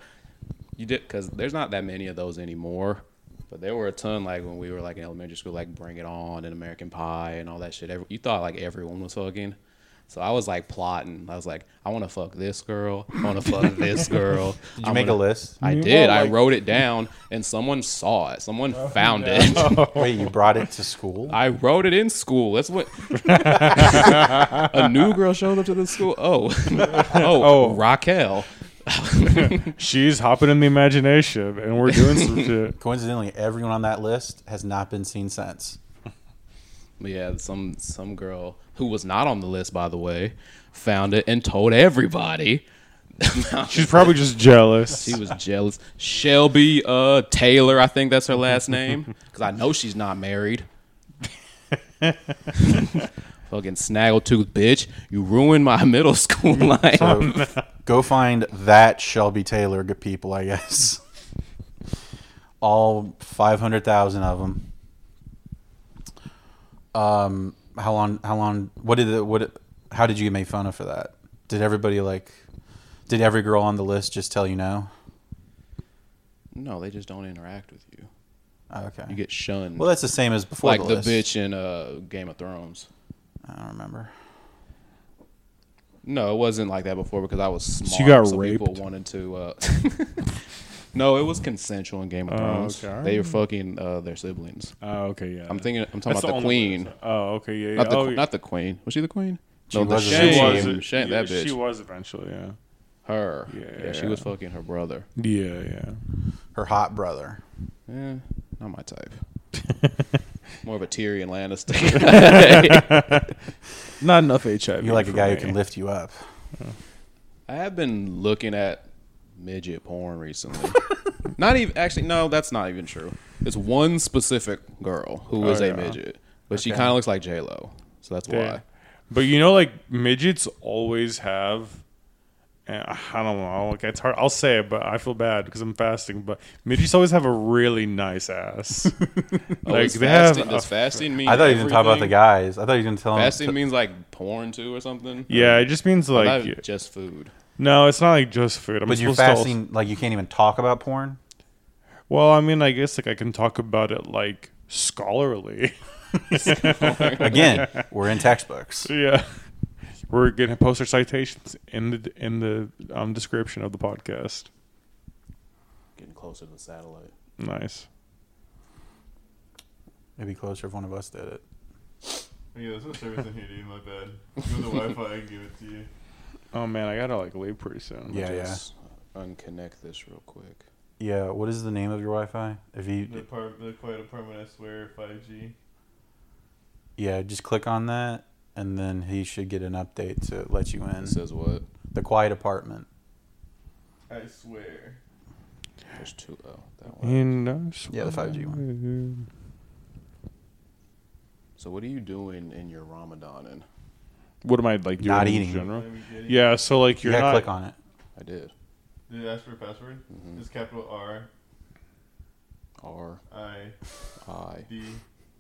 You did because there's not that many of those anymore, but there were a ton like when we were like in elementary school, like Bring It On and American Pie and all that shit. Every, you thought like everyone was fucking, So I was like plotting. I was like, I want to fuck this girl. I want to fuck this girl. Did I you make a wanna- list? I did. I wrote it down, and someone saw it. Someone found it. Wait, you brought it to school? I wrote it in school. That's what. a new girl showed up to the school. Oh, oh, Oh. Raquel. She's hopping in the imagination, and we're doing some shit. Coincidentally, everyone on that list has not been seen since. But yeah, some some girl who was not on the list, by the way, found it and told everybody. She's probably just jealous. She was jealous. Shelby uh, Taylor, I think that's her last name, because I know she's not married. Fucking snaggletooth bitch! You ruined my middle school life. So go find that Shelby Taylor good people, I guess. All 500,000 of them. Um how long how long what did it what how did you get made fun of for that? Did everybody like did every girl on the list just tell you no? No, they just don't interact with you. Okay. You get shunned, well, that's the same as before like the, the list. bitch in uh, Game of Thrones. I don't remember. No, it wasn't like that before because I was smart. She got so People raped? wanted to. Uh, no, it was consensual in Game of Oh, Thrones. okay. They were fucking uh, their siblings. Oh, okay, yeah. I'm thinking. I'm talking That's about the, only queen. one. Oh, okay, yeah. yeah. Not the, oh, yeah. not the queen. Was she the queen? She no, the was a shame. queen. she was. Shame, shame, that bitch. She was eventually, yeah. her. Yeah. Yeah. she was fucking her brother. Yeah, yeah. Her hot brother. Eh, not my type. More of a Tyrion Lannister. Not enough HIV. You're like a for guy me. who can lift you up. I have been looking at midget porn recently. not even actually. No, that's not even true. It's one specific girl who Oh, is yeah. a midget, but she Okay. kind of looks like J Lo. So that's Yeah. why. But you know, like midgets always have. And I don't know. Like it's hard. I'll say it, but I feel bad because I'm fasting. But midgets always have a really nice ass. Oh, like is they have. uh, fasting, a- does fasting mean? I thought you didn't talk about the everything? guys. I thought you didn't tell Fasting him. means like porn too or something. yeah, it just means I like. thought just food. no, it's not like just food. I'm But you're supposed to also- fasting, like you can't even talk about porn. well, I mean, I guess like I can talk about it like scholarly. Again, we're in textbooks. yeah. We're gonna post our citations in the in the um, description of the podcast. Getting closer to the satellite. Nice. It'd be closer if one of us did it. Yeah, there's no service in here, dude. My bad. Go to the Wi-Fi and give it to you. Oh man, I gotta like leave pretty soon. Yeah, yeah, Just unconnect this real quick. yeah. What is the name of your Wi-Fi? If The, you, par- the quiet apartment, I swear, 5G. yeah, just click on that, and then he should get an update to let you in. It says what? The quiet apartment. I swear. There's two. Oh, that one. And I Yeah, the 5G one. So what are you doing in your Ramadan? And What am I like doing Not in eating. general? Let me get it. Yeah, so like You you're gotta not. click on it. I did. Did it ask for a password? Mhm. It's capital R R I I D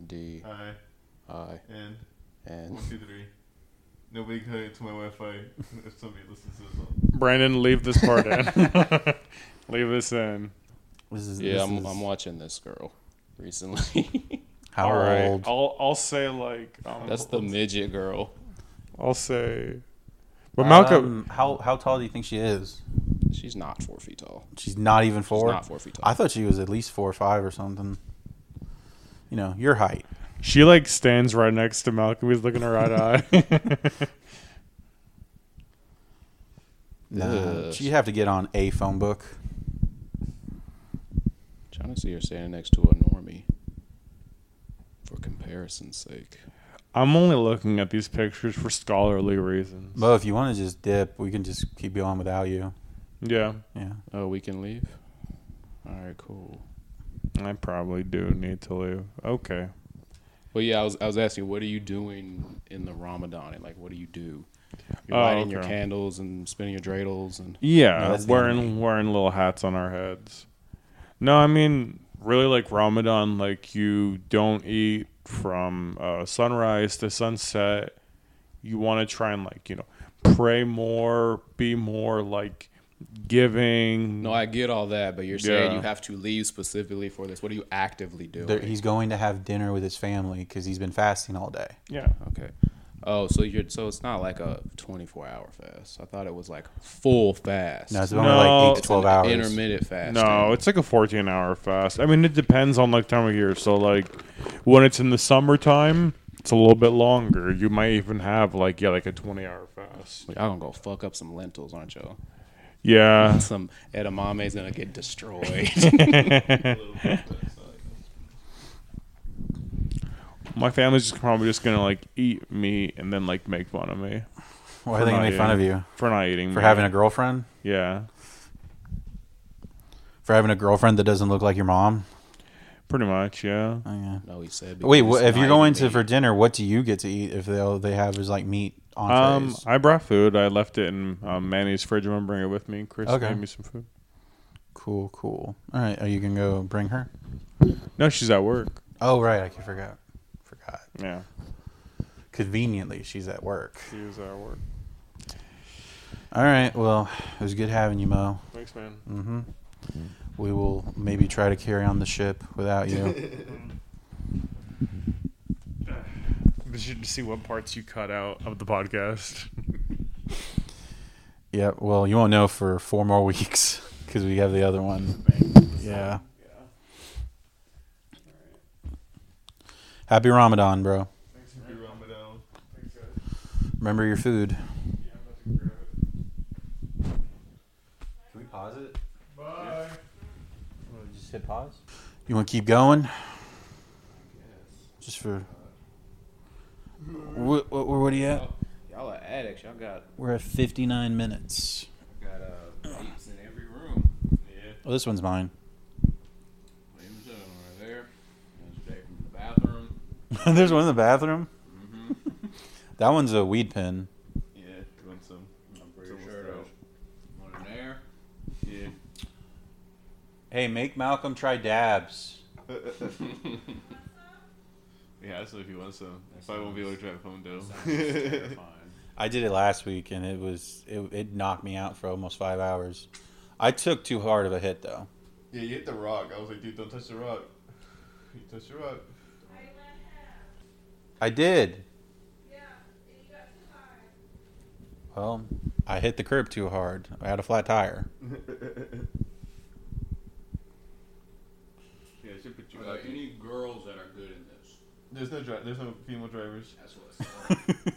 D I I N N. one two three. Nobody can it to my Wi-Fi if somebody listens to this. Song. Brandon, leave this part in. leave this in. This is Yeah, this I'm, is- I'm watching this girl recently. how All right. old? I'll I'll say like. Um, That's the midget girl. I'll say. But Malcolm, Um, how how tall do you think she is? She's not four feet tall. She's not even four. She's not four feet tall. I thought she was at least four or five or something. You know, your height. she like stands right next to Malcolm. He's looking her right eye. Nah, Ugh. she'd have to get on a phone book. trying to see her standing next to a normie. For comparison's sake. I'm only looking at these pictures for scholarly reasons. But if you want to just dip, we can just keep going without you. yeah, Yeah. Oh, we can leave. All right, cool. I probably do need to leave. Okay. Well, yeah, I was, I was asking, what are you doing in the Ramadan? And like, what do you do? You're Oh, lighting your okay. candles and spinning your dreidels, and No, Yeah, that's the wearing anime. wearing little hats on our heads. No, I mean really like Ramadan, like you don't eat from uh, sunrise to sunset. You want to try and like you know pray more, be more like giving. no, I get all that, but you're saying Yeah. you have to leave specifically for this. What are you actively doing? There, he's going to have dinner with his family because he's been fasting all day. yeah. okay. Oh, so you're so it's not like a 24 hour fast. I thought it was like full fast. No, it's No, only like eight to it's twelve an hours. Intermittent fast. No, it's like a 14 hour fast. I mean, it depends on like time of year. So like when it's in the summertime, it's a little bit longer. You might even have like yeah, like a 20 hour fast. Y'all gonna go fuck up some lentils, aren't y'all? Yeah. Some edamame's gonna get destroyed. My family's just probably just going to like eat me and then like make fun of me Why are they gonna For not make fun of eating. you for not eating for me. having a girlfriend? Yeah. For having a girlfriend that doesn't look like your mom? Pretty much, yeah. Oh, yeah. no, he said. Wait, because wha if you're not going even to meat. for dinner, what do you get to eat if they all they have is like meat on Um, I brought food. I left it in um, Manny's fridge. I'm gonna bring it with me. Chris Okay. gave me some food. Cool, cool. All right, are you gonna go bring her? No, she's at work. Oh right, I forgot. Forgot. Yeah, Conveniently, she's at work. she is at work. All right. Well, it was good having you, Mo. Thanks, man. Mm-hmm. We will maybe try to carry on the ship without you. You should see what parts you cut out of the podcast. yeah. Well, you won't know for four more weeks because we have the other one. Yeah. Happy Ramadan, bro. Happy Ramadan. Remember your food. Can we pause it? Bye. Just hit pause. You want to keep going? Just for. What, what, what are you at? Y'all are addicts. Y'all got We're at 59 minutes. got uh, vapes in every room. Yeah. Oh, this one's mine. Ladies and gentlemen, right there. That's Jay from the bathroom. There's one in the bathroom. Mm-hmm. That one's a weed pen. yeah, Doing some. I'm It's pretty almost sure. out. there's One in there. Yeah. Hey, make Malcolm try dabs. yeah, so if you want some. If I won't be able to drive home, though. Terrifying. I did it last week, and it was it, it knocked me out for almost five hours. I took too hard of a hit though. yeah, you hit the rock. I was like, dude, don't touch the rock. You touch the rock. I did. Well, I hit the curb too hard. I had a flat tire. yeah, I should put you Are there back. any girls that are good in this? There's no dri- There's no female drivers. That's what it's called.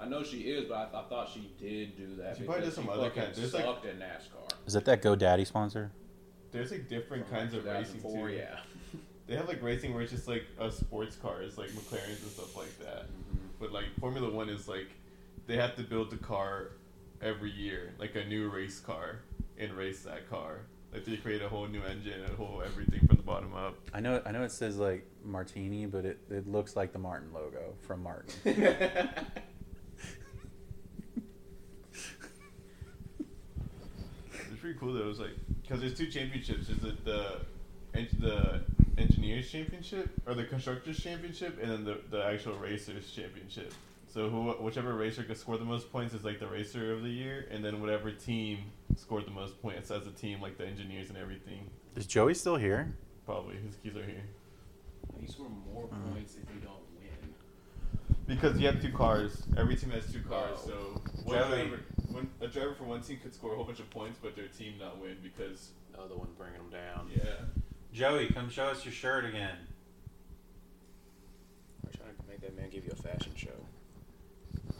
I know she is, but I, I thought she did do that. She probably because did some she other fucking kind. There's, like- sucked in NASCAR. Is that that GoDaddy sponsor? There's like different kinds of racing 2004, too. yeah. They have like racing where it's just like uh, sports cars, like McLarens and stuff like that. But like Formula One is like they have to build the car every year, like a new race car, and race that car. Like they create a whole new engine, a whole everything from the bottom up. I know. I know it says like Martini, but it, it looks like the Martin logo from Martin. It's pretty cool though. It was like because there's two championships. Is it the en- the engineers championship or the constructors championship, and then the, the actual racers championship. So who, whichever racer could score the most points is like the racer of the year, and then whatever team scored the most points as a team, like the engineers and everything, Is Joey still here? probably his keys are here. You score more points if you don't win. Because you have two cars. Every team has two cars, Oh. so one Joey. driver, one, a driver for one team could score a whole bunch of points, but their team not win because Oh, The other one bringing them down. yeah. Joey, come show us your shirt again. We're trying to make that man give you a fashion show.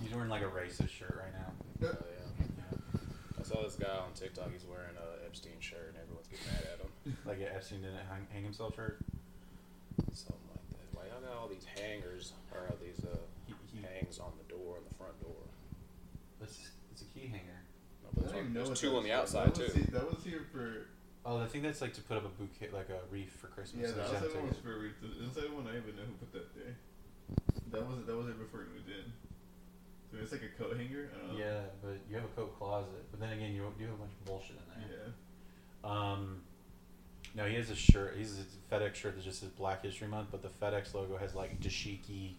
He's wearing like a racist shirt right now. Oh, yeah. I saw this guy on TikTok. He's wearing a Epstein shirt, and everyone's getting mad at him. Like an Epstein didn't hang, hang himself shirt. Something like that. Why y'all got all these hangers or all these uh, He, he, hangs on the door, on the front door? it's, it's a key hanger. No, but there's one- there's two on the outside too. That was here for Oh, I think that's like to put up a bouquet, like a wreath for Christmas. Yeah, So the just have outside to- one was for the inside one. I even know who put that there. That was that was it before we moved in. So it's like a coat hanger. I don't know. yeah, but you have a coat closet. But then again, you do have a bunch of bullshit in there. Yeah. Um, no, he has a shirt. He's a FedEx shirt that just says Black History Month, but the FedEx logo has like dashiki,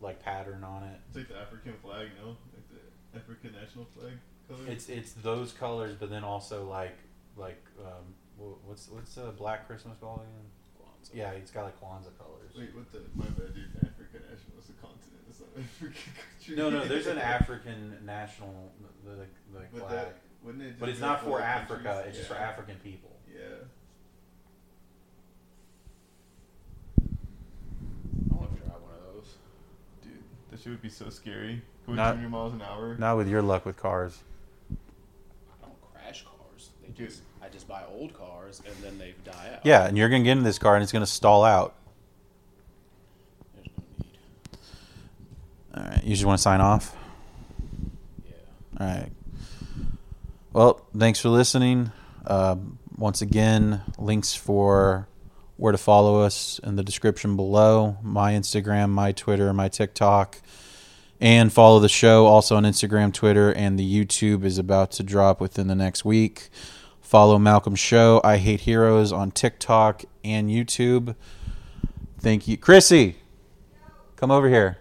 like pattern on it. It's like the African flag, no? Like the African national flag color. It's it's those colors, but then also like like um, wh- what's what's a black Christmas ball again? Kwanzaa. Yeah, it's got like Kwanzaa colors. Wait, what the? My bad, dude. African national is a continent. It's No, no. There's an African national, the, the, like But, flag, that, wouldn't it just but it's be not all for countries? Africa. It's just for Yeah. African people. Yeah. I want to try one of those. Dude, that shit would be so scary. Going Not- 200 miles an hour. Not with your luck with cars. I don't crash cars. They Dude. just I just buy old cars and then they die out. Yeah, and you're gonna get in this car and it's gonna stall out. There's no need. All right. You just want to sign off. Yeah. All right. Well, thanks for listening. Uh, once again, links for where to follow us in the description below. My Instagram, my Twitter, my TikTok, and follow the show also on Instagram, Twitter, and the YouTube is about to drop within the next week. Follow Malcolm's show, I Hate Heroes, on TikTok and YouTube. Thank you, Chrissy. Come over here.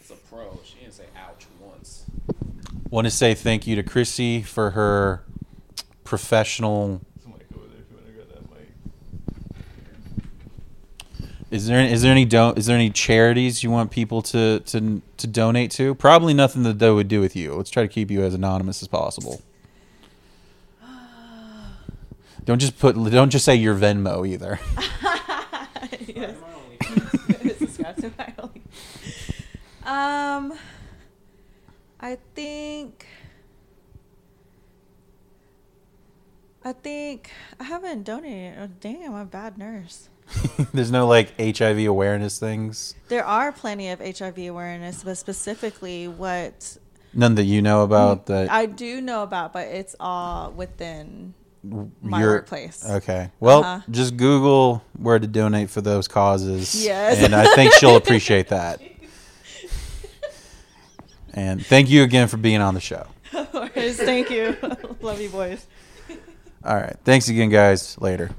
It's a pro. She didn't say ouch once. want to say thank you to Chrissy for her professional. There's a mic over there if you want to grab that mic. Is there is there any don is there any charities you want people to to to donate to? Probably nothing that they would do with you. Let's try to keep you as anonymous as possible. Don't just put don't just say your Venmo either. yes. Am I only- Subscribe to my only. Um, I think. I think I haven't donated. Oh, damn, I'm a bad nurse. There's no like HIV awareness things. There are plenty of HIV awareness, but specifically what None that you know about that I do know about, but it's all within my your- uh, workplace. Okay. Well, Uh-huh. just Google where to donate for those causes. Yes. And I think she'll appreciate that. And thank you again for being on the show. Of course. Thank you. Love you, boys. All right. Thanks again, guys. Later.